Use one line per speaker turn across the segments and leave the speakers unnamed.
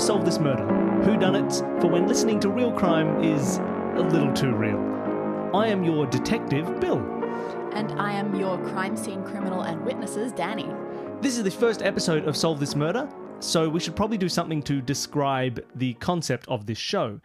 solve this murder, who done it, for when listening to real crime is a little too real. I am your detective, Bill.
And I am your crime scene criminal and witnesses, Danny.
This is the first episode of Solve This Murder, so we should probably do something to describe the concept of this show.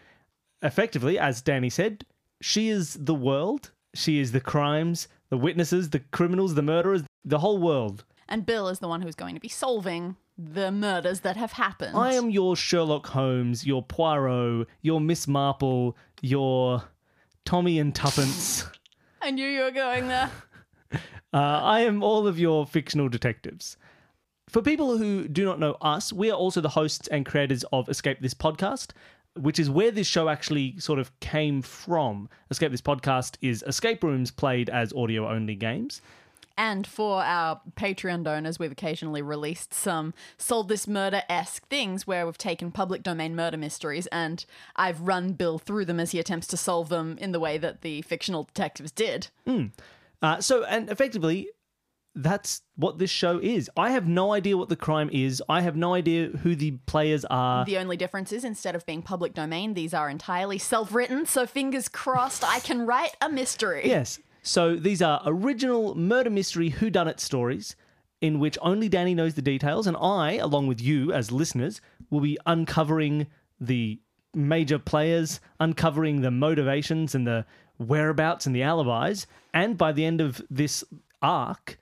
Effectively, as Danny said, she is the world, she is the crimes, the witnesses, the criminals, the murderers, the whole world.
And Bill is the one who's going to be solving the murders that have happened.
I am your Sherlock Holmes, your Poirot, your Miss Marple, your Tommy and Tuppence.
I knew you were going there.
Uh, I am all of your fictional detectives. For people who do not know us, we are also the hosts and creators of Escape This Podcast, which is where this show actually sort of came from. Escape This Podcast is escape rooms played as audio only games.
And for our Patreon donors, we've occasionally released some sold this murder esque things where we've taken public domain murder mysteries and I've run Bill through them as he attempts to solve them in the way that the fictional detectives did.
Uh, so, and effectively, that's what this show is. I have no idea what the crime is. I have no idea who the players are.
The only difference is instead of being public domain, these are entirely self written, so fingers crossed I can write a mystery.
Yes. So these are original murder mystery whodunit stories in which only Danny knows the details, and I, along with you as listeners, will be uncovering the major players, uncovering the motivations and the whereabouts and the alibis, and by the end of this arc,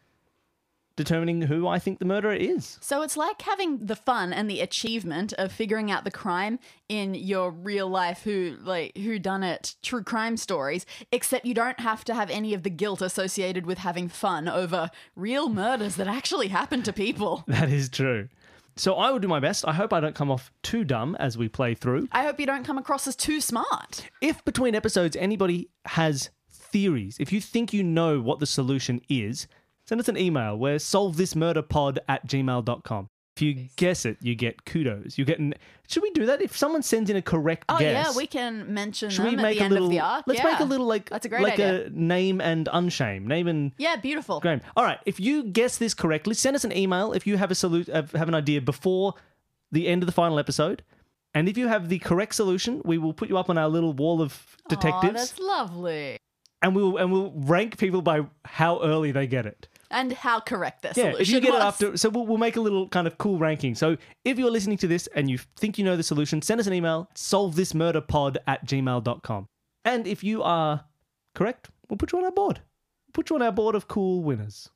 determining who I think the murderer is.
So it's like having the fun and the achievement of figuring out the crime in your real life who like who done it true crime stories except you don't have to have any of the guilt associated with having fun over real murders that actually happened to people.
That is true. So I will do my best. I hope I don't come off too dumb as we play through.
I hope you don't come across as too smart.
if between episodes anybody has theories, if you think you know what the solution is, send us an email. We're solvethismurderpod at gmail.com. If you guess it, you get kudos. You get an. Should we do that? If someone sends in a correct
Oh
guess,
yeah, we can mention
should
them
we
at
make
the
a
end
little?
of the arc.
Let's
yeah.
make a little like
That's a great
like
idea.
a name and unshame, name and
Yeah, beautiful.
Graham. All right, if you guess this correctly, send us an email if you have a salute have have an idea before the end of the final episode. And if you have the correct solution, we will put you up on our little wall of
Aw,
detectives.
that's lovely.
and we'll and we'll rank people by how early they get it.
And how correct their
Yeah,
solution
if you get
was.
it after, so we'll, we'll make a little kind of cool ranking. So if you're listening to this and you think you know the solution, send us an email, solvethismurderpod at gmail.com. And if you are correct, we'll put you on our board. Put you on our board of cool winners.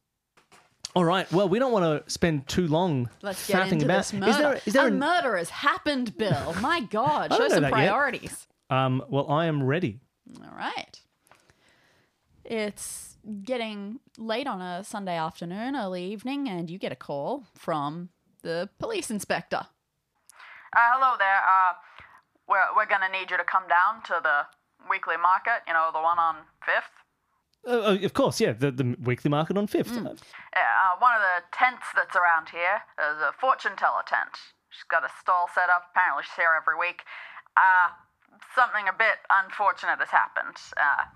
All right. Well, we don't want to spend too long
Let's get
faffing
into
about.
this murder.
Is there, is there
a
an-
murder has happened, Bill. My God,
I
show
don't know
some
that yet.
priorities.
um, well, I am ready.
All right. It's getting late on a Sunday afternoon, early evening, and you get a call from the police inspector.
Uh, hello there. Uh, we're we're gonna need you to come down to the weekly market. You know the one on Fifth.
Uh, of course, yeah, the, the weekly market on 5th.
Mm.
Uh,
Yeah, uh, one of the tents that's around here is a fortune teller tent. She's got a stall set up. Apparently she's here every week. Uh, something a bit unfortunate has happened. Uh,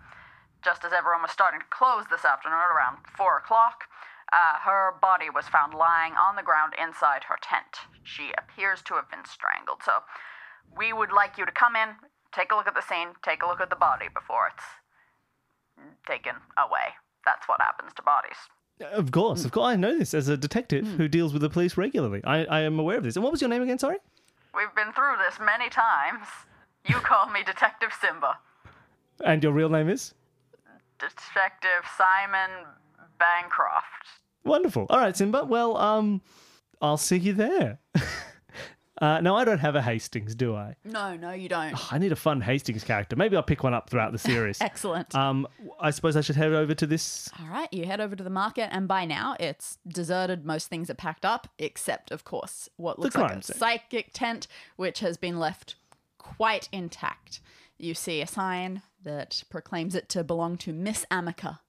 just as everyone was starting to close this afternoon around four o'clock, uh, her body was found lying on the ground inside her tent. She appears to have been strangled. So we would like you to come in, take a look at the scene, take a look at the body before it's taken away. That's what happens to bodies.
Of course, of course. I know this as a detective
Mm.
who deals with the police regularly. I, I am aware of this. And what was your name again? Sorry?
We've been through this many times. You call me Detective Simba.
And your real name is?
Detective Simon Bancroft.
Wonderful. All right, Simba. Well, um, I'll see you there. uh, no, I don't have a Hastings, do I?
No, no, you don't.
I need a fun Hastings character. Maybe I'll pick one up throughout the series.
Excellent.
um, I suppose I should head over to this.
All right, you head over to the market, and by now it's deserted. Most things are packed up, except, of course, what looks like
crime
a
scene.
psychic tent, which has been left quite intact. You see a sign that proclaims it to belong to Miss Amica.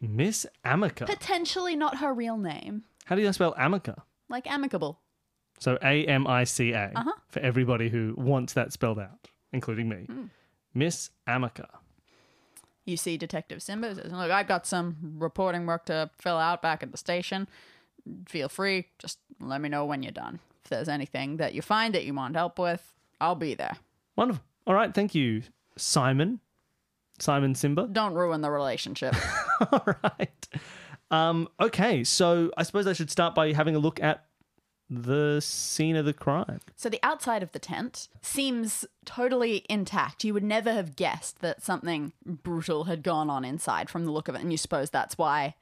Miss Amica.
Potentially not her real name,
How do you spell Amica?
like amicable.
So A M I C A for everybody who wants that spelled out, including me. Miss Amica.
You see Detective Simba says, Look, I've got some reporting work to fill out back at the station. Feel free, just let me know when you're done. If there's anything that you find that you want help with, I'll be there.
Wonderful. All right. Thank you, Simon. Simon Simba.
Don't ruin the relationship.
All right. Um, okay. So I suppose I should start by having a look at the scene of the crime.
so the outside of the tent seems totally intact. You would never have guessed that something brutal had gone on inside from the look of it, and you suppose that's why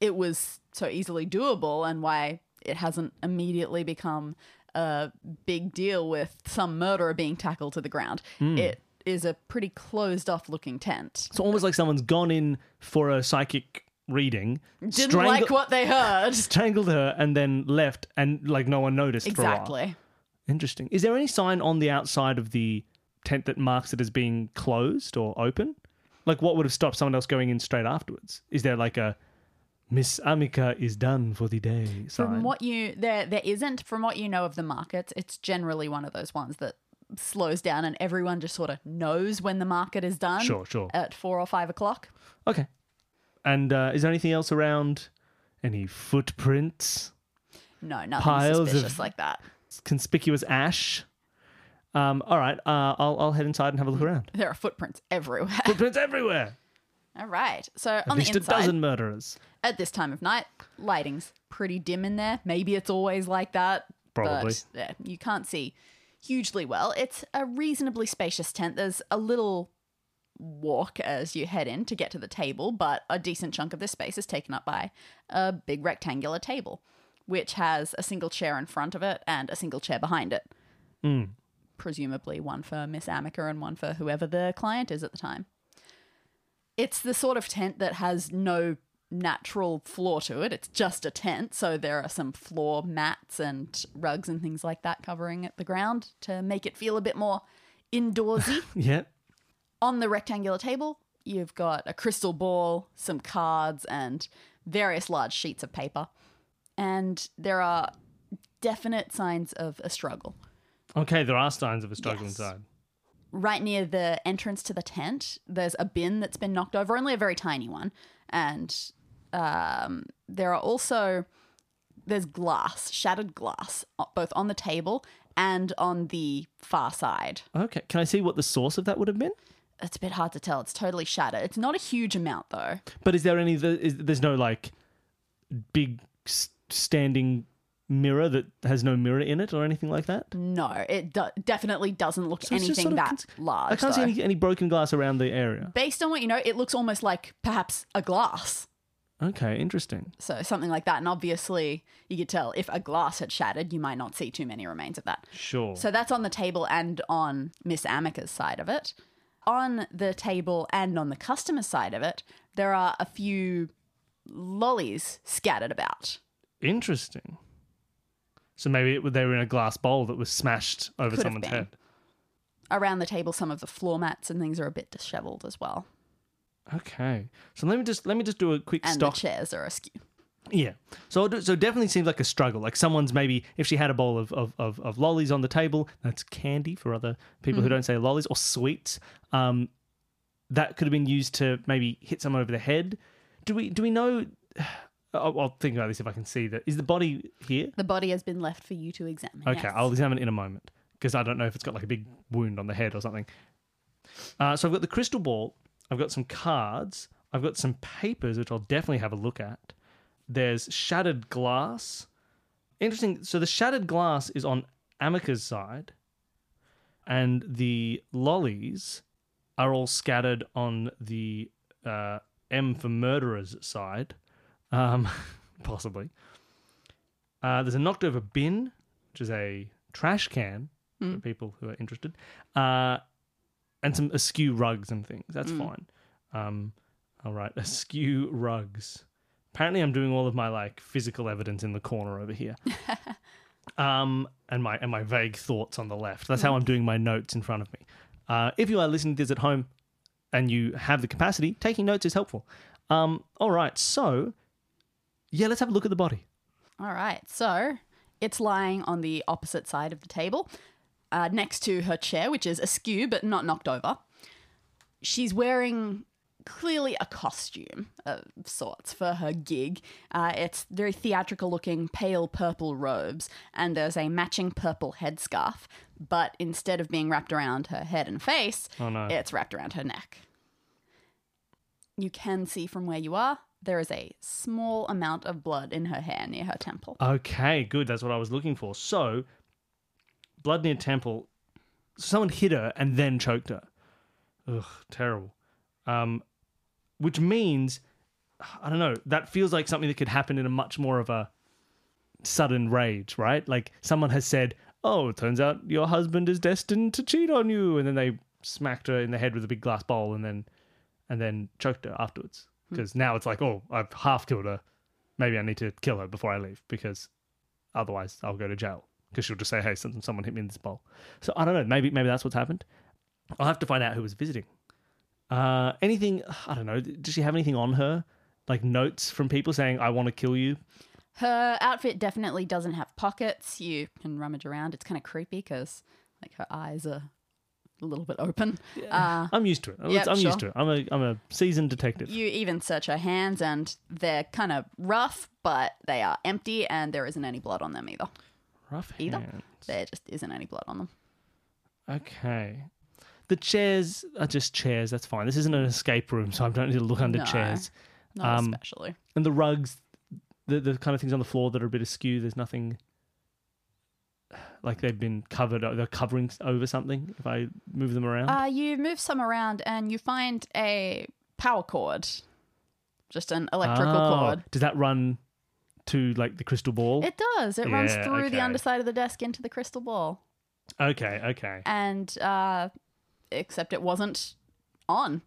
it was so easily doable and why it hasn't immediately become a big deal with some murderer being tackled to the ground. It is a pretty closed off looking tent.
It's almost like someone's gone in for a psychic reading,
Didn't
strangle-
like what they heard.
strangled her, and then left, and like no one noticed. for a while.
exactly.
Interesting. Is there any sign on the outside of the tent that marks it as being closed or open? Like, what would have stopped someone else going in straight afterwards? Is there like a Miss Amica is done for the day sign?
From what you there there isn't from what you know of the markets, it's generally one of those ones that slows down and everyone just sort of knows when the market is done.
Sure, sure.
At four or five o'clock.
Okay. And uh, is there anything else around? Any footprints?
No, nothing
Piles of-
suspicious like that.
Conspicuous ash? Um, all right, uh, I'll, I'll head inside and have a look around.
There are footprints everywhere.
Footprints everywhere.
All right. So
At
on the
least a
inside
dozen murderers.
at this time of night, lighting's pretty dim in there. Maybe it's always like that.
Probably.
But yeah, you can't see hugely well. It's a reasonably spacious tent. There's a little walk as you head in to get to the table, but a decent chunk of this space is taken up by a big rectangular table, which has a single chair in front of it and a single chair behind it. Presumably one for Miss Amica and one for whoever the client is at the time it's the sort of tent that has no natural floor to it. It's just a tent, so there are some floor mats and rugs and things like that covering it- the ground to make it feel a bit more indoorsy.
Yeah.
On the rectangular table, you've got a crystal ball, some cards, and various large sheets of paper. And there are definite signs of a struggle.
Okay, there are signs of a struggle
Yes.
inside.
right near the entrance to the tent, there's a bin that's been knocked over, only a very tiny one. And um, there are also there's glass, shattered glass, o- both on the table and on the far side.
Okay, can I see what the source of that would have been?
It's a bit hard to tell. It's totally shattered. It's not a huge amount though.
But is there any? Is, there's no like big s- standing mirror that has no mirror in it or anything like that.
No, it do- definitely doesn't look
it's just
anything
sort of
that
cons-
large.
I can't see
though.
any, any broken glass around the area.
Based on what you know, it looks almost like perhaps a glass.
Okay, interesting.
So something like that. And obviously, you could tell if a glass had shattered, you might not see too many remains of that.
Sure.
So that's on the table and on Miss Amica's side of it. On the table and on the customer side of it, there are a few lollies scattered about.
interesting. So maybe it, they were in a glass bowl that was smashed over
Could have
someone's
been.
head.
Around the table, some of the floor mats and things are a bit disheveled as well.
Okay. So let me just let me just do a quick
And
stock
the chairs are askew.
Yeah. So I'll do- so it definitely seems like a struggle. Like someone's maybe if she had a bowl of of, of, of lollies on the table, that's candy for other people
Hmm.
who don't say lollies or sweets. Um, that could have been used to maybe hit someone over the head. Do we do we know? I'll, I'll think about this if I can see that. Is the body here?
The body has been left for you to examine.
Okay,
yes.
I'll examine in a moment because I don't know if it's got like a big wound on the head or something. Uh, so I've got the crystal ball. I've got some cards. I've got some papers, which I'll definitely have a look at. There's shattered glass. Interesting. So the shattered glass is on Amica's side, and the lollies are all scattered on the uh, M for murderer's side, um, possibly. Uh, there's a knocked over bin, which is a trash can for people who are interested, uh, and some askew rugs and things. That's fine. Um, all right, askew rugs. Apparently, I'm doing all of my like physical evidence in the corner over here, um, and my and my vague thoughts on the left. That's how I'm doing my notes in front of me. Uh, if you are listening to this at home, and you have the capacity, taking notes is helpful. Um, all right, so yeah, let's have a look at the body.
All right. So it's lying on the opposite side of the table, uh, next to her chair, which is askew but not knocked over. She's wearing clearly a costume of sorts for her gig. Uh, it's very theatrical looking, pale purple robes, and there's a matching purple headscarf. but instead of being wrapped around her head and face,
Oh, no.
it's wrapped around her neck. You can see from where you are, there is a small amount of blood in her hair near her temple.
Okay, good. That's what I was looking for. So, blood near temple. Someone hit her and then choked her. Ugh, terrible. Um, which means, I don't know. That feels like something that could happen in a much more of a sudden rage, right? Like someone has said, "Oh, it turns out your husband is destined to cheat on you," and then they smacked her in the head with a big glass bowl, and then and then choked her afterwards. Because now it's like, oh, I've half killed her maybe I need to kill her before I leave because otherwise I'll go to jail because she'll just say, hey, some- someone hit me in this bowl. So I don't know. Maybe maybe that's what's happened. I'll have to find out who was visiting. Uh, anything? I don't know. Does she have anything on her? Like notes from people saying, I want to kill you?
Her outfit definitely doesn't have pockets. You can rummage around. It's kind of creepy because like her eyes are a little bit open. Uh,
I'm used to it.
Yeah,
I'm
sure.
used to it. I'm a, I'm a seasoned detective.
you even search her hands and they're kind of rough, but they are empty and there isn't any blood on them either.
Rough
Either.
hand.
There just isn't any blood on them.
Okay. The chairs are just chairs. That's fine. This isn't an escape room, so I don't need to look under
No.
chairs.
Not
Um,
especially.
and the rugs, the the kind of things on the floor that are a bit askew. There's nothing like they've been covered. They're covering over something. If I move them around,
Uh, you move some around and you find a power cord, just an electrical
Oh,
cord.
Does that run to like the crystal ball?
It does. It runs
Yeah,
through
okay.
the underside of the desk into the crystal ball.
okay, okay.
and uh, except it wasn't on.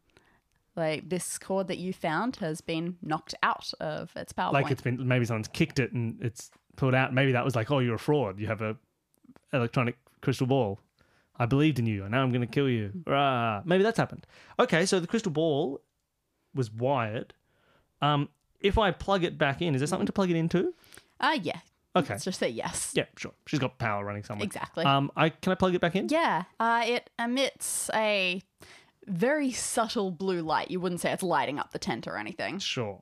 Like this cord that you found has been knocked out of its power
like
point.
it's been maybe someone's kicked it and it's pulled out. Maybe that was like, oh, you're a fraud. You have a electronic crystal ball. I believed in you, and now I'm going to kill you.
Hmm.
Rah. Maybe that's happened. Okay, so the crystal ball was wired. Um, if I plug it back in, is there something to plug it into?
Ah, yeah.
Okay.
Let's just say yes.
Yeah, sure. She's got power running somewhere.
Exactly.
Um, I can I plug it back in?
Yeah. Uh, it emits a very subtle blue light. You wouldn't say it's lighting up the tent or anything.
Sure.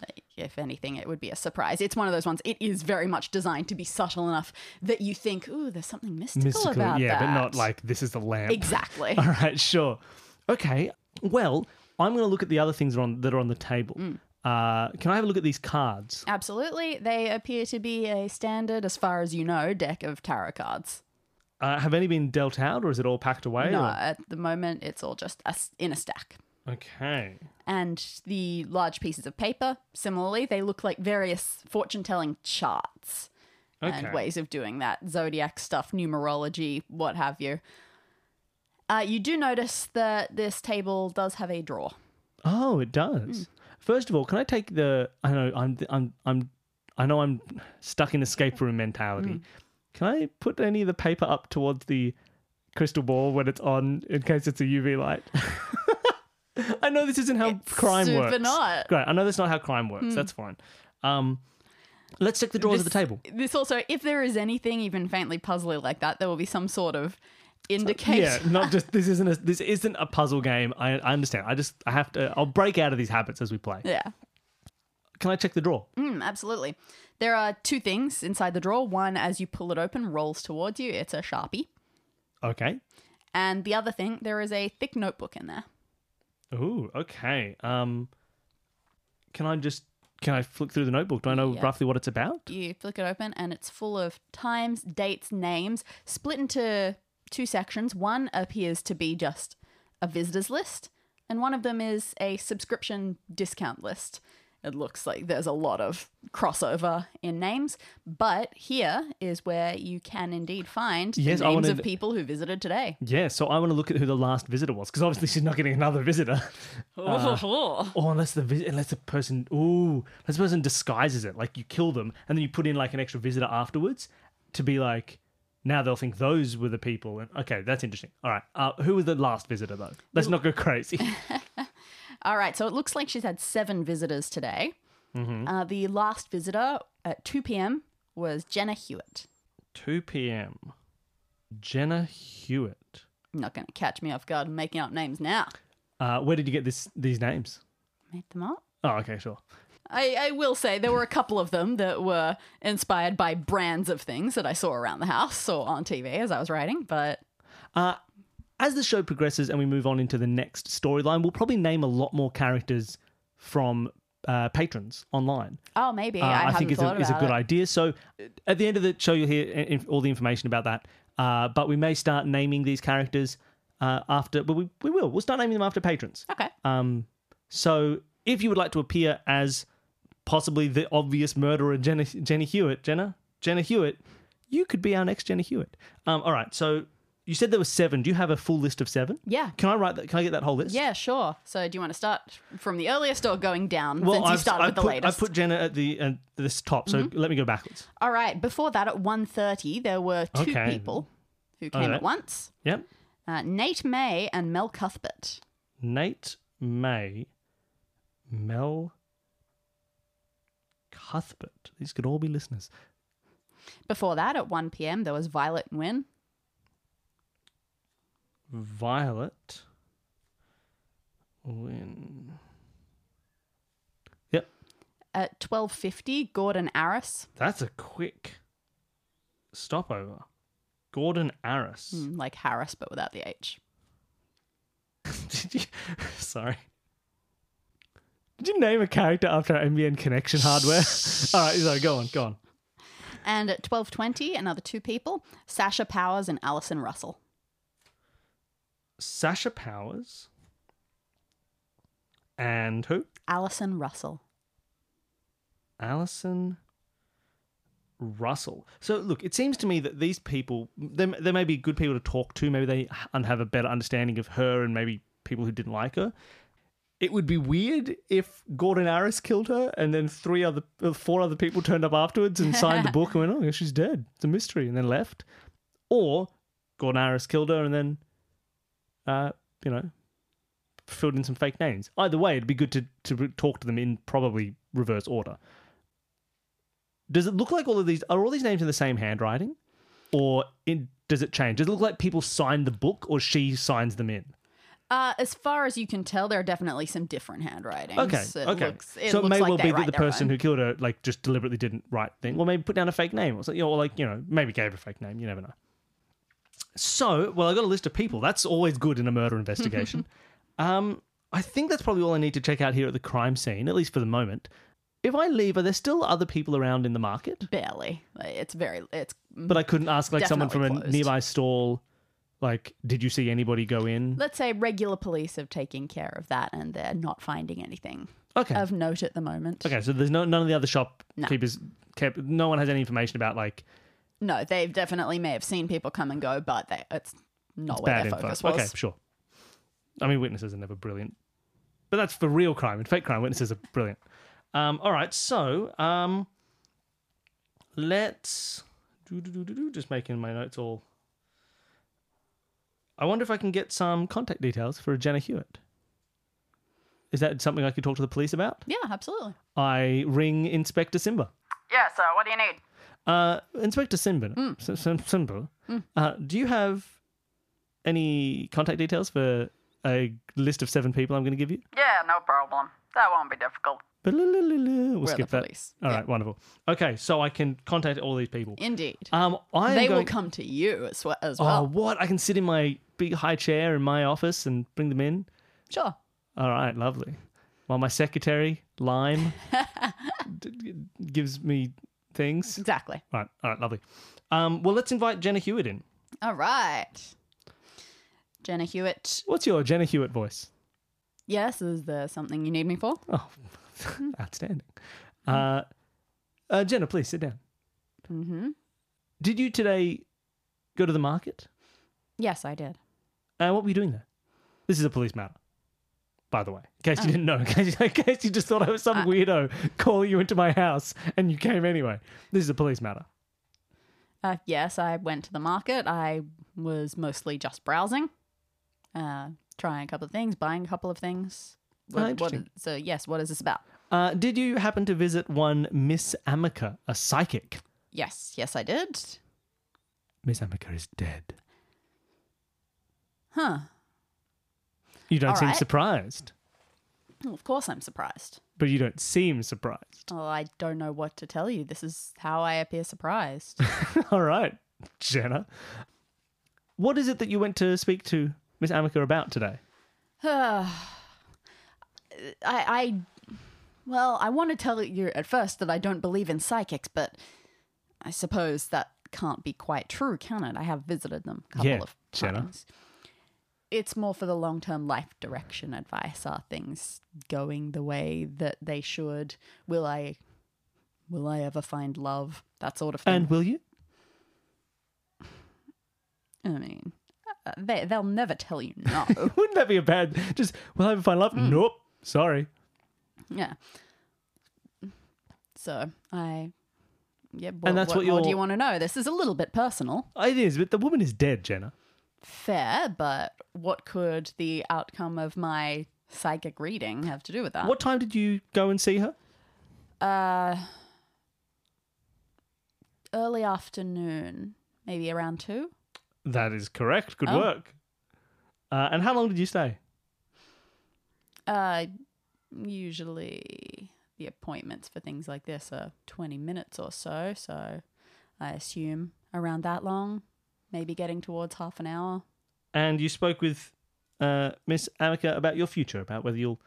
Like, if anything, it would be a surprise. It's one of those ones. It is very much designed to be subtle enough that you think, "Ooh, there's something mystical,
Mystical,
about
yeah,
that."
but not like this is the lamp.
exactly.
All right, sure. Okay. Well, I'm going to look at the other things that are on, that are on the table.
Mm.
Uh, can I have a look at these cards?
Absolutely. They appear to be a standard, as far as you know, deck of tarot cards.
Uh, have any been dealt out, or is it all packed away?
No,
or-
at the moment, it's all just a s in a stack.
Okay.
And the large pieces of paper, similarly, they look like various fortune telling charts
Okay.
and ways of doing that zodiac stuff, numerology, what have you. Uh, you do notice that this table does have a drawer.
Oh, it
Hmm.
does. First of all, can I take the? I know I'm I'm I'm I know I'm stuck in escape room
Hmm.
mentality. Can I put any of the paper up towards the crystal ball when it's on, in case it's a UV light? I know this isn't how crime
super
works.
not. Hmm.
Great. I know that's not how crime works. That's fine. Um, let's check the drawers of the
This-
table.
This also, if there is anything even faintly puzzly like that, there will be some sort of indicator.
Yeah, not just this isn't a this isn't a puzzle game. I, I understand. I just I have to. I'll break out of these habits as we play.
yeah.
Can I check the drawer?
Mm, absolutely. There are two things inside the drawer. One, as you pull it open, rolls towards you. It's a sharpie.
Okay.
And the other thing, there is a thick notebook in there.
Ooh, okay. Um, can I just can I flick through the notebook? Do I know
Yeah.
roughly what it's about?
You flick it open, and it's full of times, dates, names, split into two sections. One appears to be just a visitor's list, and one of them is a subscription discount list. It looks like there's a lot of crossover in names, but here is where you can indeed find
Yes,
the
I
names
wanted-
of people who visited today.
Yeah. So I want to look at who the last visitor was because obviously she's not getting another visitor. Or unless the vis- unless the person ooh unless the person disguises it like you kill them and then you put in like an extra visitor afterwards to be like now they'll think those were the people and okay that's interesting all right uh, who was the last visitor though let's not go crazy
All right, so it looks like she's had seven visitors today.
Mm-hmm.
Uh, the last visitor at 2 p.m. was Jenna Hewitt.
2 p.m. Jenna Hewitt
Not going to catch me off guard and making up names now.
uh, where did you get this these names
Made them up.
oh okay sure
I, I will say there were a couple of them that were inspired by brands of things that I saw around the house or on TV as I was writing, but
As the show progresses and we move on into the next storyline, we'll probably name a lot more characters from uh, patrons online.
oh, maybe.
Uh,
I, haven't
think is
thought
a,
about
is a good
it.
idea. So uh, at the end of the show, you'll hear i- inf- all the information about that. Uh, but we may start naming these characters uh, after, but we, we will. We'll start naming them after patrons.
Okay.
Um, so if you would like to appear as possibly the obvious murderer, Jenna, Jenna Hewitt, Jenna, Jenna Hewitt, you could be our next Jenna Hewitt. Um, all right. So you said there were seven. Do you have a full list of seven?
Yeah.
Can I write that? Can I get that whole list?
Yeah, sure. So do you want to start from the earliest or going down
Well,
since you
I've,
started
I
with
put,
the latest? Mm-hmm.
I put Jenna at the at this top, so let me go backwards.
All right. Before that, at 1.30, there were two
Okay.
people who came
right.
at once.
Yep.
Uh, Nate May and Mel Cuthbert.
Nate May, Mel Cuthbert. These could all be listeners.
Before that, at 1 p.m., there was Violet Nguyen.
Violet Win. Yep,
At 12.50, Gordon Aris.
that's a quick stopover. Gordon Aris.
Mm, Like Harris, but without the H.
Did you? Sorry. Did you name a character after NBN Connection hardware? all right, sorry, go on, go on.
And at 12.20, another two people, Sasha Powers and Alison Russell.
Sasha Powers. And who?
Alison Russell.
Allison Russell. So look, it seems to me that these people, they, they may be good people to talk to. Maybe they and have a better understanding of her, and maybe people who didn't like her. It would be weird if Gordon Aris killed her, and then three other, uh, four other people turned up afterwards and signed the book and went, "Oh, she's dead. It's a mystery," and then left. Or Gordon Aris killed her, and then, uh, you know, filled in some fake names. Either way, it'd be good to to talk to them in probably reverse order. Does it look like all of these are all these names in the same handwriting, or in, does it change? Does it look like people signed the book, or she signs them in?
Uh, as far as you can tell, there are definitely some different handwritings.
Okay,
It
okay.
Looks, it
so it
looks
may
like
well
they
be
write
that the
their
person
own.
who killed her like just deliberately didn't write the thing, or maybe put down a fake name, or something, or like you know maybe gave her a fake name. You never know. So, well, I got a list of people. That's always good in a murder investigation. um, I think that's probably all I need to check out here at the crime scene, at least for the moment. If I leave, are there still other people around in the market?
barely. Like, it's very. It's mm,
But I couldn't ask like someone from
Definitely
a
closed.
nearby stall, like, did you see anybody go in?
let's say regular police have taken care of that, and they're not finding anything
Okay.
of note at the moment.
okay, so there's no none of the other shopkeepers kept no one has any information about like
No, they definitely may have seen people come and go, but they, it's not where
bad
their
info.
focus was.
Okay, sure. I mean witnesses are never brilliant. But that's for real crime and fake crime witnesses are brilliant. Um, all right, so um let's do do do do do just making my notes all I wonder if I can get some contact details for Jenna Hewitt. Is that something I could talk to the police about?
Yeah, absolutely.
I ring Inspector Simba.
Yeah, so what do you need?
Uh, Inspector Simba,
Hmm.
Sim- Sim- Simba, uh, do you have any contact details for a list of seven people I'm going to give you?
Yeah, no problem. That won't be difficult.
Ba-la-la-la-la. We'll
We're
skip
the
that.
police.
All
Yeah.
right, wonderful. Okay, so I can contact all these people.
Indeed.
Um, I am
they will
going-
come to you as, we- as
Oh,
well.
what? I can sit in my big high chair in my office and bring them in.
Sure.
All right, lovely. While my secretary Lime d- d- gives me things.
Exactly.
Right. All right. Lovely. Um, well, let's invite Jenna Hewitt in.
All right. Jenna Hewitt.
What's your Jenna Hewitt voice?
Yes, is there something you need me for?
Oh, outstanding. Uh, uh, Jenna, please sit down.
Mm-hmm.
Did you today go to the market?
Yes, I did.
Uh, what were you doing there? This is a police matter, by the way. In case you didn't know, in case, in case you just thought I was some weirdo calling you into my house and you came anyway. This is a police matter.
Uh, yes, I went to the market. I was mostly just browsing, uh, trying a couple of things, buying a couple of
Ah,
things. What, what,
interesting.
so, yes, what is this about?
Uh, did you happen to visit one Miss Amica, a psychic?
Yes, yes, I did.
Miss Amica is dead.
Huh.
You don't
All
seem
right.
surprised.
Well, of course, I'm surprised.
but you don't seem surprised.
Oh, I don't know what to tell you. This is how I appear surprised.
All right, Jenna. What is it that you went to speak to Miss Amica about today?
I, I, well, I want to tell you at first that I don't believe in psychics, but I suppose that can't be quite true, can it? I have visited them a couple
Yeah,
of
Jenna.
times. It's more for the long term life direction advice. Are things going the way that they should? Will I, will I ever find love? That sort of thing.
And will you?
I mean, uh, they they'll never tell you no.
Wouldn't that be a bad? Just will I ever find love? Nope. Sorry.
yeah. So I, yeah. What,
that's
what,
what
more do
you're-
you want to know? This is a little bit personal,
It is, but the woman is dead, Jenna.
fair, but what could the outcome of my psychic reading have to do with that?
What time did you go and see her?
Uh, early afternoon, maybe around two.
That is correct. Good
Oh.
work. Uh, and how long did you stay?
Uh, usually the appointments for things like this are 20 minutes or so, so I assume around that long, maybe getting towards half an hour.
And you spoke with uh, Miss Amica about your future, about whether you'll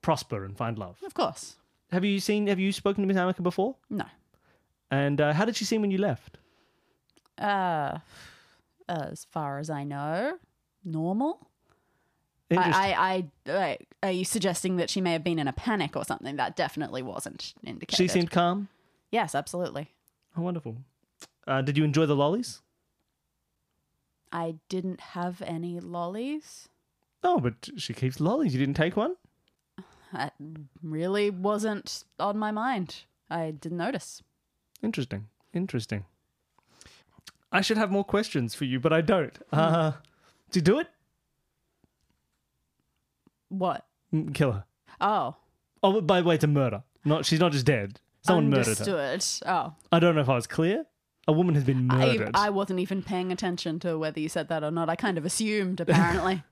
prosper and find love.
Of course.
Have you seen? Have you spoken to Miss Amica before?
No.
And uh, how did she seem when you left?
Uh, as far as I know, normal.
Interesting.
I, I, I, I, are you suggesting that she may have been in a panic or something? That definitely wasn't indicated.
she seemed calm.
Yes, absolutely.
Oh, wonderful. Uh, did you enjoy the lollies?
I didn't have any lollies.
Oh, but she keeps lollies. You didn't take one?
That really wasn't on my mind. I didn't notice.
Interesting. Interesting. I should have more questions for you, but I don't.
Hmm.
Uh, do you do it?
What?
Mm, Kill her.
Oh,
Oh, but by the way, it's a murder. Not she's not just dead. Someone murdered her.
understood. Oh,
I don't know if I was clear. A woman has been
I,
murdered.
I wasn't even paying attention to whether you said that or not. I kind of assumed, apparently.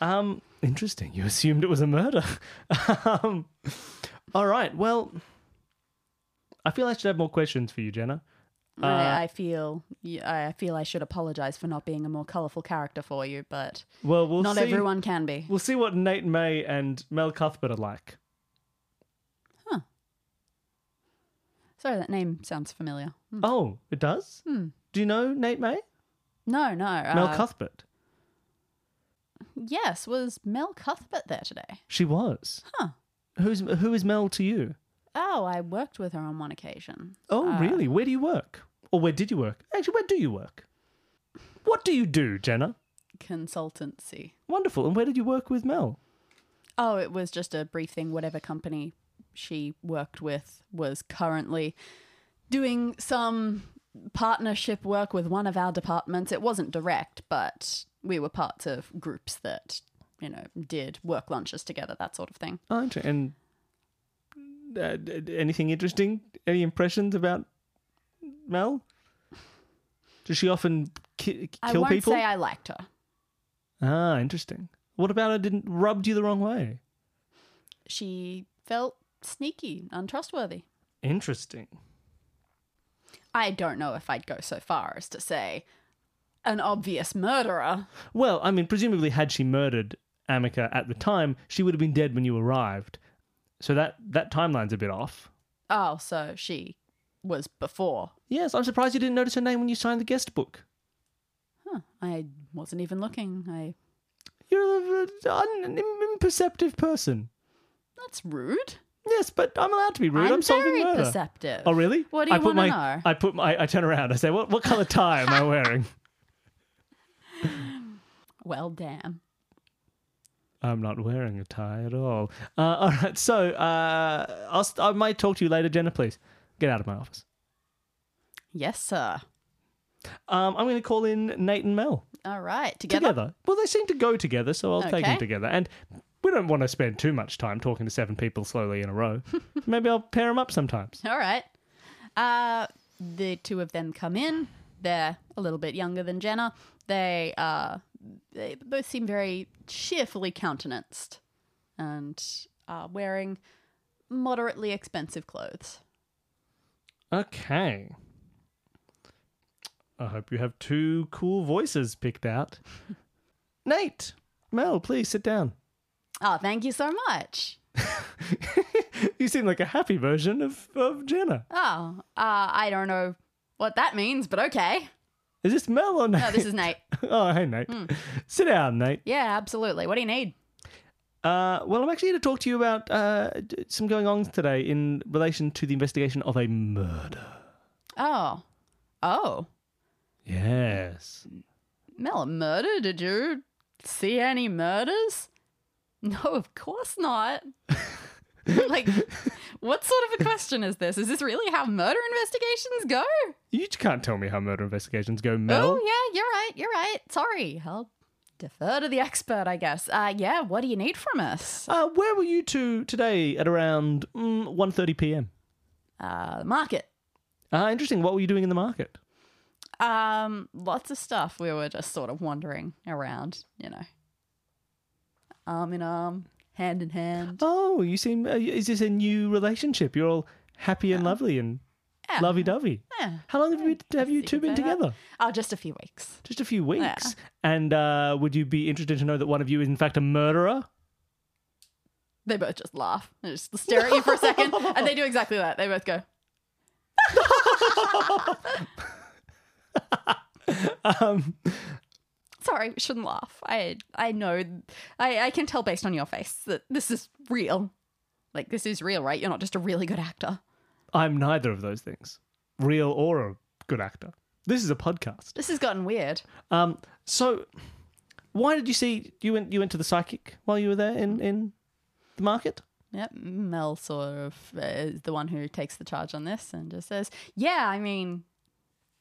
Um, interesting. You assumed it was a murder. um, all right. Well, I feel I should have more questions for you, Jenna. Uh,
I, I feel, I feel I should apologize for not being a more colorful character for you, but
Well, we'll
not
see.
everyone can be.
We'll see what Nate May and Mel Cuthbert are like.
Sorry, that name sounds familiar. Hmm.
Oh, it does. Do you know Nate May?
No, no. Uh,
Mel Cuthbert.
yes, was Mel Cuthbert there today?
She was.
Huh.
Who's who is Mel to you?
Oh, I worked with her on one occasion.
Oh,
Uh,
really? Where do you work? Or where did you work? Actually, where do you work? What do you do, Jenna?
Consultancy.
Wonderful. And where did you work with Mel?
Oh, it was just a brief thing. Whatever company she worked with was currently doing some partnership work with one of our departments. It wasn't direct, but we were parts of groups that, you know, did work lunches together, that sort of thing.
Oh, inter- and uh, d- d- anything interesting? Any impressions about Mel? Does she often ki-
I
kill
won't
people?
say I liked her.
ah, interesting. What about her? Didn't rubbed you the wrong way?
She felt sneaky, untrustworthy.
Interesting.
I don't know if I'd go so far as to say an obvious murderer.
Well, I mean, presumably, had she murdered Amica at the time, she would have been dead when you arrived. So that that timeline's a bit off.
Oh, so she was before.
Yes, I'm surprised you didn't notice her name when you signed the guest book.
Huh. I wasn't even looking. I
You're a- a- an imperceptive person.
That's rude.
Yes, but I'm allowed to be rude. I'm, solving
very
murder.
perceptive.
Oh, really?
What do
I
you
put
want
my,
to know?
I put my. I turn around. I say, "What what color tie am I wearing?"
Well, damn.
I'm not wearing a tie at all. Uh, all right. So uh, I'll st- I might talk to you later, Jenna. Please get out of my office.
Yes, sir.
Um, I'm going to call in Nate and Mel
All right, together.
together. Well, they seem to go together, so I'll take them
Okay.
together. And we don't want to spend too much time talking to seven people slowly in a row. Maybe I'll pair them up sometimes.
All right. Uh, the two of them come in. They're a little bit younger than Jenna. They uh, they both seem very cheerfully countenanced, and are wearing moderately expensive clothes.
Okay. I hope you have two cool voices picked out. Nate, Mel, please sit down.
Oh, thank you so much.
You seem like a happy version of, of Jenna.
Oh, uh, I don't know what that means, but okay.
Is this Mel or Nate?
No, this is Hmm. Nate.
oh, hey, Nate. Sit down, Nate.
Yeah, absolutely. What do you need?
Uh, well, I'm actually here to talk to you about uh, d- some going on today in relation to the investigation of a murder.
Oh, oh,
Yes.
Mel, a murder? Did you see any murders? No, of course not. like, what sort of a question is this? Is this really how murder investigations go?
You can't tell me how murder investigations go, Mel.
Oh, yeah, you're right. You're right. Sorry. I'll defer to the expert, I guess. Uh, yeah, what do you need from us?
Uh, where were you two today at around mm, 1.30 p.m.?
Uh, market.
Ah, interesting. What were you doing in the market?
Um, lots of stuff. We were just sort of wandering around, you know, arm in arm, hand in hand.
Oh, you seem. Uh, is this a new relationship? You're all happy and lovely and
Yeah.
lovey-dovey.
Yeah.
How long have you been, have you
You
two
can
been
say that.
together?
Oh, just a few weeks.
Just a few weeks. And uh, would you be interested to know that one of you is in fact a murderer?
They both just laugh. They just stare at you for a second, and they do exactly that. They both go,
Um,
"Sorry, we shouldn't laugh." I, I know, I, I can tell based on your face that this is real. Like this is real, right? You're not just a really good actor.
I'm neither of those things, real or a good actor. This is a podcast.
This has gotten weird.
Um, so, why did you see you went you went to the psychic while you were there in in the market?
Yep, Mel sort of uh, is the one who takes the charge on this and just says, "Yeah, I mean,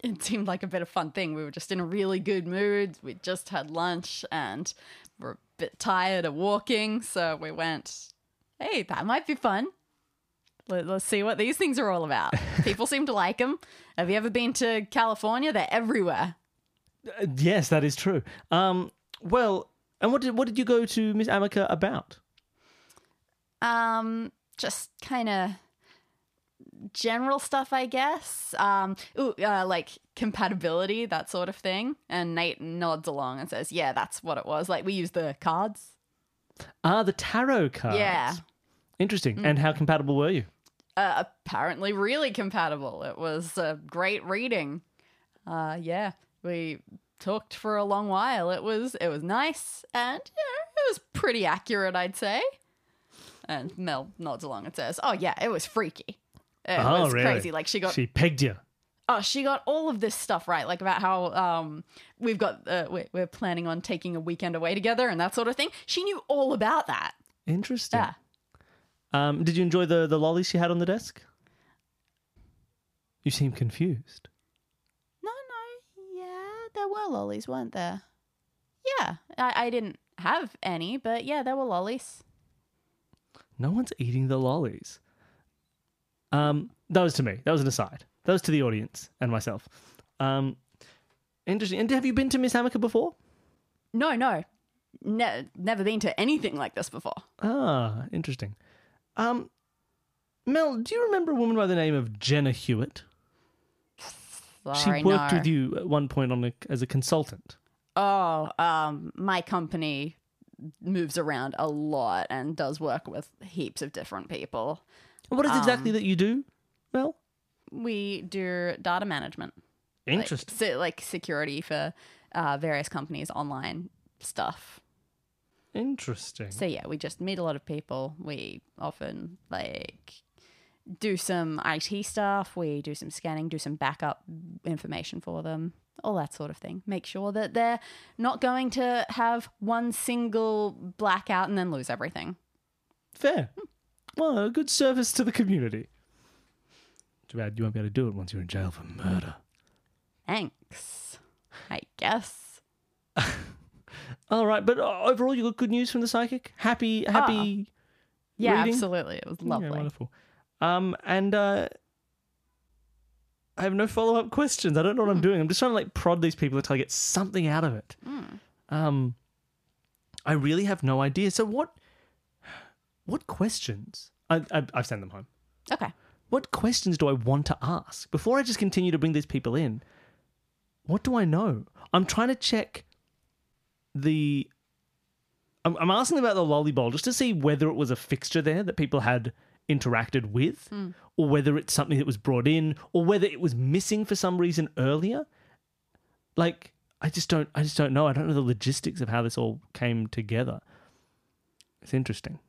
it seemed like a bit of fun thing. We were just in a really good mood. We just had lunch and we're a bit tired of walking, so we went, "Hey, that might be fun. Let, let's see what these things are all about." People seem to like them. Have you ever been to California? They're everywhere.
Uh, yes, that is true. Um, well, and what did what did you go to Miss Amica about?
Um, just kind of general stuff, I guess. Um, ooh, uh, like compatibility, that sort of thing. And Nate nods along and says, "Yeah, that's what it was. Like we use the cards.
Ah, the tarot cards.
Yeah. Mm.
Interesting. And how compatible were you?
Uh, apparently, really compatible. It was a great reading. Uh, yeah, we talked for a long while. It was it was nice, and yeah, it was pretty accurate, I'd say." And Mel nods along and says, "Oh yeah, it was freaky. It
Oh,
was
really?
crazy. Like she got
She pegged you.
oh she got all of this stuff right like about how um we've got uh, we're, we're planning on taking a weekend away together and that sort of thing she knew all about that
Interesting.
yeah
Um, did you enjoy the the lollies she had on the desk? You seem confused.
no no yeah there were lollies weren't there yeah i, I didn't have any but yeah there were lollies
No one's eating the lollies. Um, that was to me. That was an aside. That was to the audience and myself. Um, interesting. And have you been to Miss Amica before?
no no ne- never been to anything like this before
Ah, interesting. Um, Mel, do you remember a woman by the name of Jenna Hewitt?
Sorry,
she worked
no.
with you at one point on a, as a consultant.
Oh, um, my company moves around a lot and does work with heaps of different people.
What is it exactly that you do, Mel?
We do data management.
Interesting.
se- like security for uh, various companies online stuff
Interesting.
so yeah we just meet a lot of people we often like do some it stuff we do some scanning do some backup information for them all that sort of thing make sure that they're not going to have one single blackout and then lose everything
Fair. Well, a good service to the community. Too bad you won't be able to do it once you're in jail for murder.
thanks i guess
All right, but uh, overall, you got good news from the psychic. Happy, happy.
yeah
Reading?
absolutely it was
Yeah,
lovely
wonderful. Um, and uh, I have no follow up questions. I don't know what I'm doing. I'm just trying to like prod these people until I get something out of it. Um, I really have no idea. So what? What questions I, I, I've sent them home.
Okay.
What questions do I want to ask? Before I just continue to bring these people in, what do I know? I'm trying to check the. I'm, I'm asking about the lollyball just to see whether it was a fixture there that people had interacted with, or whether it's something that was brought in, or whether it was missing for some reason earlier. Like, I just don't. I just don't know. I don't know the logistics of how this all came together. It's interesting.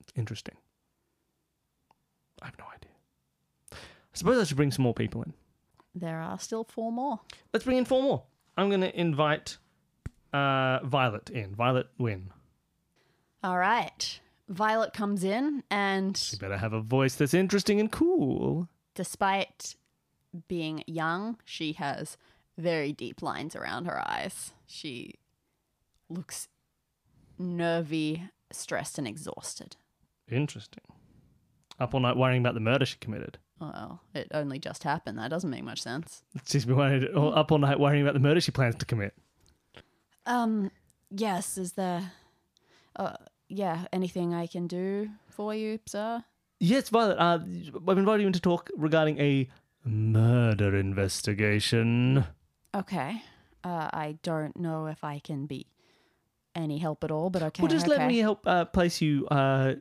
It's interesting. I have no idea. I suppose I should bring some more people in.
There are still four more.
Let's bring in four more. I'm going to invite uh, Violet in. Violet Wynn.
All right. Violet comes in,
You
and
better have a voice that's interesting and cool.
despite being young, she has very deep lines around her eyes. She looks nervy, stressed, and exhausted.
Interesting. Up all night worrying about the murder she committed.
Well, it only just happened. That doesn't make much sense.
She's been worried, or up all night worrying about the murder she plans to commit.
Um, yes, is there. Uh, yeah, anything I can do for you, sir?
Yes, Violet, uh, I've invited you in to talk regarding a murder investigation.
Okay. Uh, I don't know if I can be any help at all, but okay.
Well, just let
okay.
me help uh, place you. Uh,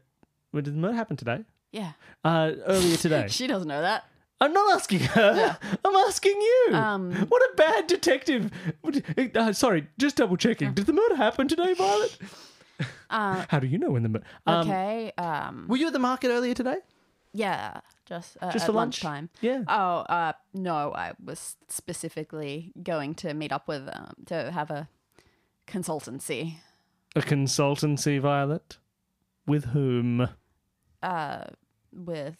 when did the murder happen today?
Yeah.
Uh, earlier today.
She doesn't know that.
I'm not asking her. I'm asking you.
Um,
what a bad detective. Would- Uh, sorry, just double checking. Did the murder happen today, Violet?
Uh,
How do you know when the um, murder?
okay. Um.
Were you at the market earlier today?
Yeah. Just. Uh,
Just
at
for lunch?
lunchtime.
Yeah.
Oh. Uh. No. I was specifically going to meet up with um, to have a consultancy.
A consultancy, Violet. With whom?
Uh. With.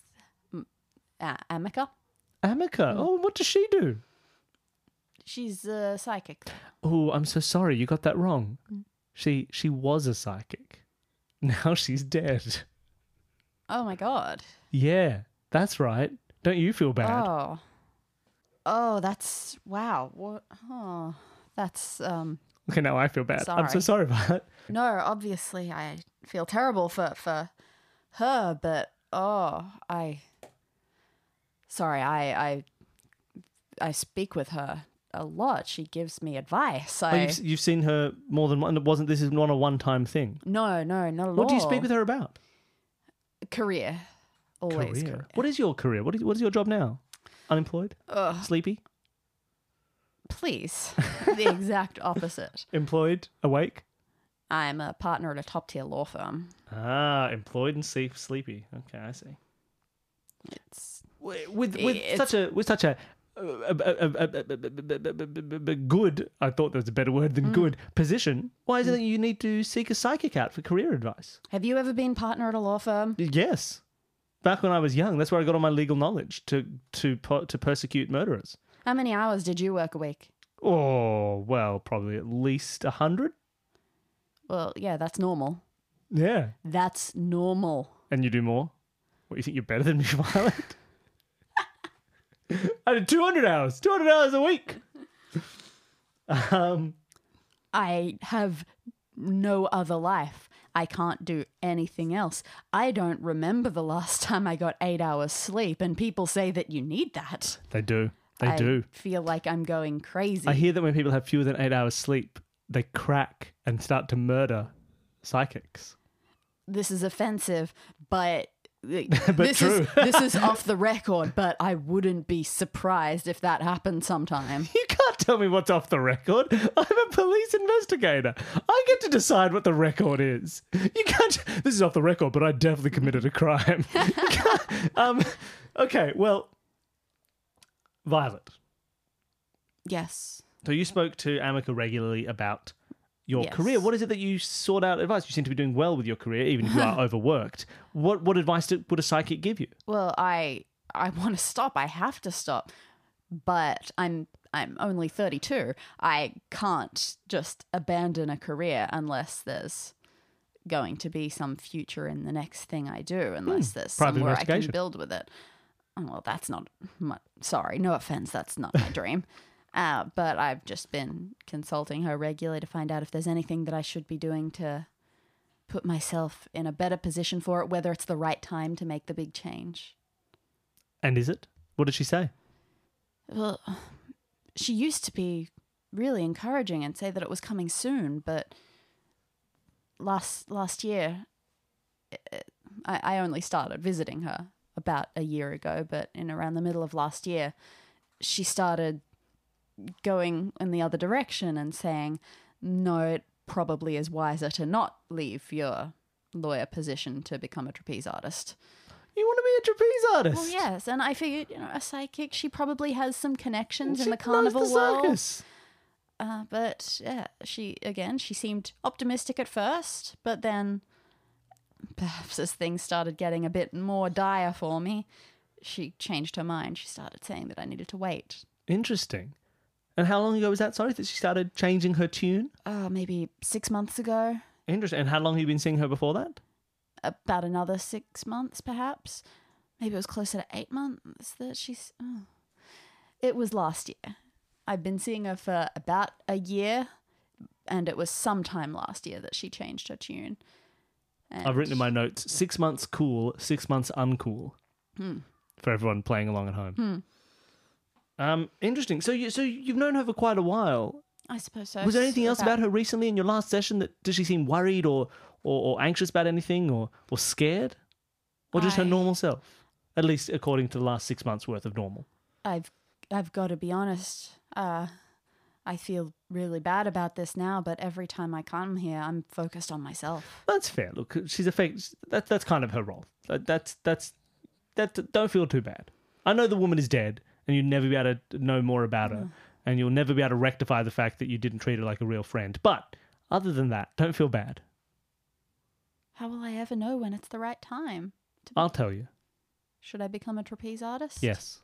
M- A- Amica.
Amica.
Mm.
Oh, what does she do?
She's a psychic.
Oh, I'm so sorry. You got that wrong.
Mm.
She she was a psychic. Now she's dead.
Oh my god.
Yeah, that's right. Don't you feel bad?
Oh. Oh, that's wow. What? Oh, that's um.
Okay, now I feel bad. I'm so sorry, Violet.
No, obviously I feel terrible for for her, but oh, I sorry, I I I speak with her a lot. She gives me advice.
Oh,
I
you've, you've seen her more than one. It wasn't this is not a one time thing.
no, no, not at all.
What do you speak with her about?
Career, always career.
What is your career? What is, what is your job now? Unemployed? Sleepy?
Please, the exact opposite.
Employed? Awake?
I'm a partner at a top tier law firm.
Ah, employed and sleep, sleepy. Okay, I see.
It's
With with
It's-
such a with such a, a, a- a- a- a- a good, I thought there was a better word
Hmm.
than good position. Why is it that you need to seek a psychic out for career advice?
have you ever been partner at a law firm?
Yes, back when I was young, that's where I got all my legal knowledge to to per- to persecute murderers.
How many hours did you work a week?
Oh, well, probably at least a 100.
Well, yeah, that's normal.
Yeah.
That's normal.
And you do more? What, you think you're better than me, Violet? I did 200 hours, 200 hours a week. Um,
I have no other life. I can't do anything else. I don't remember the last time I got eight hours sleep, and people say that you need that.
they do. They
I
do.
feel like I'm going crazy.
I hear that when people have fewer than eight hours sleep, they crack and start to murder psychics.
this is offensive, but. this
true.
is this is off the record, but I wouldn't be surprised if that happened sometime.
You can't tell me what's off the record. I'm a police investigator. I get to decide what the record is. You can't. This is off the record, but I definitely committed a crime. You can't- um, okay, well, Violet.
Yes.
So you spoke to Amica regularly about your
Yes.
career. What is it that you sought out advice? You seem to be doing well with your career, even if you are overworked. What what advice did, would a psychic give you?
well i i want to stop i have to stop but i'm i'm only 32 i can't just abandon a career unless there's going to be some future in the next thing i do unless there's
Hmm. private
somewhere i can
investigation.
build with it Oh, well that's not my, sorry no offense that's not my dream uh, but i've just been consulting her regularly to find out if there's anything that i should be doing to put myself in a better position for it, whether it's the right time to make the big change.
And is it? What did she say?
Well, she used to be really encouraging and say that it was coming soon, but last last year, it, I, I only started visiting her about a year ago, but in around the middle of last year, she started going in the other direction and saying, no, it probably is wiser to not leave your lawyer position to become a trapeze artist.
You want to be a trapeze artist?
Well, yes, and I figured, you know, a psychic, she probably has some connections
She
in the
knows
carnival
the
world.
circus.
Uh, but yeah, she again, she seemed optimistic at first, but then perhaps as things started getting a bit more dire for me, she changed her mind. She started saying that I needed to wait.
Interesting. And how long ago was that? Sorry, that she started changing her tune.
Uh, maybe six months ago,
Interesting. And how long have you been seeing her before that?
about another six months, perhaps. Maybe it was closer to eight months that she's. Oh. It was last year. I've been seeing her for about a year, and it was sometime last year that she changed her tune. And
I've written in my notes six months cool, six months uncool for everyone playing along at home. Um, interesting. So you so you've known her for quite a while.
I suppose so.
Was there anything else about her recently in your last session that did she seem worried or or, or anxious about anything or or scared, or just her
I-
normal self? At least according to the last six months worth of normal.
I've I've got to be honest. Uh, I feel really bad about this now, but every time I come here, I'm focused on myself.
That's fair. Look, she's a fake. That, that's kind of her role. That, that's that's that. Don't feel too bad. I know the woman is dead, and you'll never be able to know more about
Mm.
her, and you'll never be able to rectify the fact that you didn't treat her like a real friend. But other than that, don't feel bad.
How will I ever know when it's the right time?
I'll tell you.
Should I become a trapeze artist?
Yes,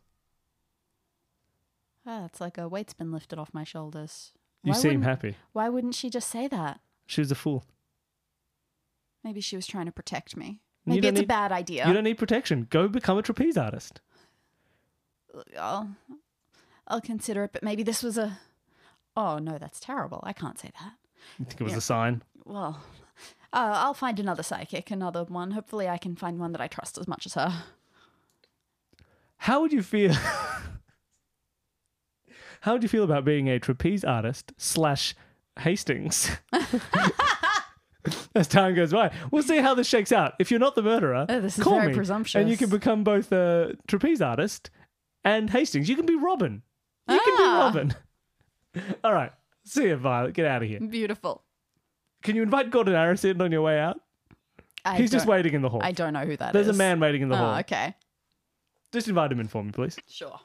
Ah, it's like a weight's been lifted off my shoulders.
you
Why
seem
wouldn't-
happy.
Why wouldn't she just say that?
She was a fool.
Maybe she was trying to protect me.
You
Maybe
don't
it's a
need-
bad idea.
You don't need protection. Go become a trapeze artist.
I'll, I'll consider it, but maybe this was a. Oh, no, that's terrible. I can't say that.
You think it was a sign?
Well, uh, I'll find another psychic, another one. Hopefully, I can find one that I trust as much as her.
How would you feel? How would you feel about being a trapeze artist slash Hastings? As time goes by, we'll see how this shakes out. If you're not the murderer,
Oh, this is
call
very
me,
presumptuous.
and you can become both a trapeze artist and Hastings. You can be Robin. You can be
Ah.
Robin. All right, see you, Violet. Get out of here.
Beautiful.
Can you invite Gordon Harris in on your way out?
I
He's just
don't-
waiting in the hall.
I don't know who that is.
There's a man waiting in the hall.
Oh, okay.
Just invite him in for me, please.
Sure.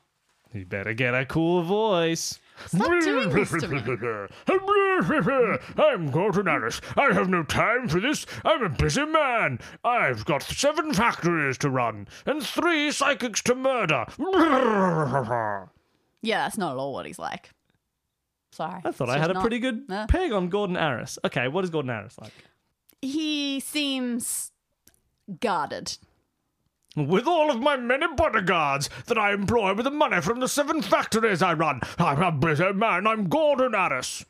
You better get a cool voice.
Stop doing this to me.
I'm Gordon Harris. I have no time for this. I'm a busy man. I've got seven factories to run and three psychics to murder.
Yeah, that's not at all what he's like. Sorry.
I thought
It's
I had
just
a
not-
pretty good
No.
peg on Gordon Harris. Okay, what is Gordon Harris like?
He seems guarded.
With all of my many bodyguards that I employ with the money from the seven factories I run, I'm a busy man. I'm Gordon Harris.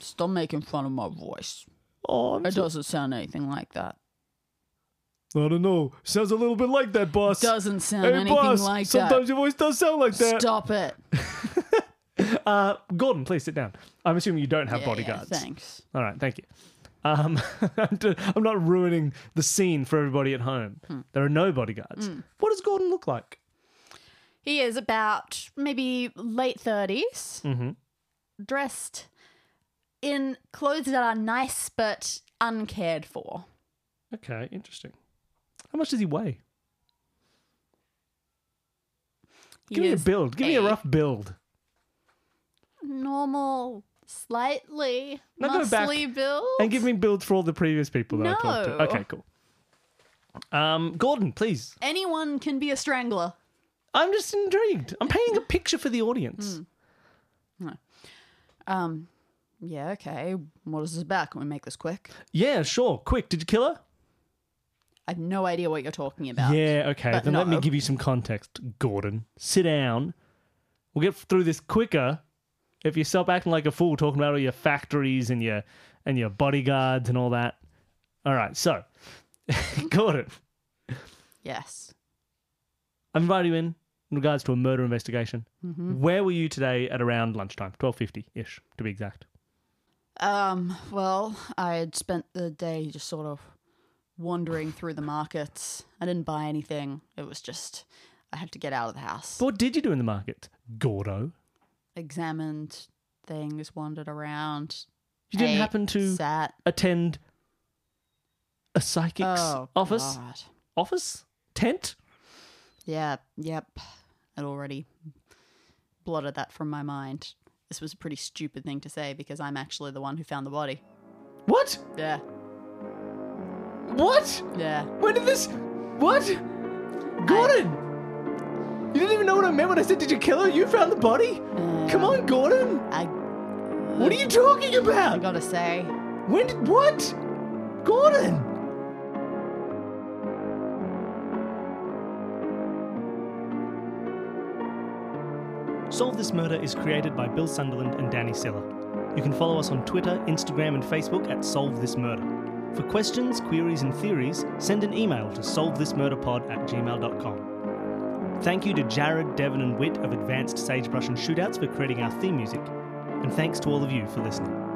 Stop making fun of my voice.
Oh, I'm
It doesn't sound anything like that.
I don't know. Sounds a little bit like that, boss.
Doesn't sound
hey,
anything
boss.
like
sometimes your voice does sound like
that.
that.
Stop it.
Uh, Gordon, please sit down. I'm assuming you don't have
Yeah,
bodyguards.
Yeah, thanks.
All right, thank you. Um, I'm d- I'm not ruining the scene for everybody at home.
Hmm.
There are no bodyguards. What does Gordon look like?
He is about maybe late 30s,
Mm-hmm.
dressed in clothes that are nice but uncared for.
Okay, interesting. How much does he weigh?
He
Give me a
is
build. Give me a
a-
rough build.
Normal, slightly
No, go back
muscly build.
And give me builds for all the previous people that I talked to.
No.
Okay, cool. Um, Gordon, please.
Anyone can be a strangler.
I'm just intrigued. I'm painting a picture for the
Hmm.
audience.
Um, yeah, okay. What is this about? Can we make this quick?
Yeah, sure. Quick, did you kill her?
I have no idea what you're talking about.
Yeah, okay.
Uh, But
then let me
no.
give you some context, Gordon. Sit down. We'll get through this quicker if you stop acting like a fool talking about all your factories and your and your bodyguards and all that. All right, so Gordon,
Yes.
I've invited you in in regards to a murder investigation.
Mm-hmm.
Where were you today at around lunchtime, twelve fifty ish, to be exact?
Um, well, I had spent the day just sort of wandering through the markets. I didn't buy anything. It was just I had to get out of the house.
So what did you do in the market, Gordo?
Examined things, wandered around.
You didn't
ate,
happen to
sat.
attend a psychic's
Oh,
office
God.
office tent?
Yeah, yep. I'd already blotted that from my mind. This was a pretty stupid thing to say because I'm actually the one who found the body.
What?
Yeah,
What?
yeah.
When did this? What? Gordon! You didn't even know what I meant when I said, "Did you kill her?" You found the body. Come on, Gordon.
I
What are you talking
I
about?
gotta say,
When did what? Gordon. Solve This Murder is created by Bill Sunderland and Danny Siller. You can follow us on Twitter, Instagram, and Facebook at Solve This Murder. For questions, queries, and theories, send an email to solvethismurderpod at gmail.com. Thank you to Jared, Devon, and Witt of Advanced Sagebrush and Shootouts for creating our theme music, and thanks to all of you for listening.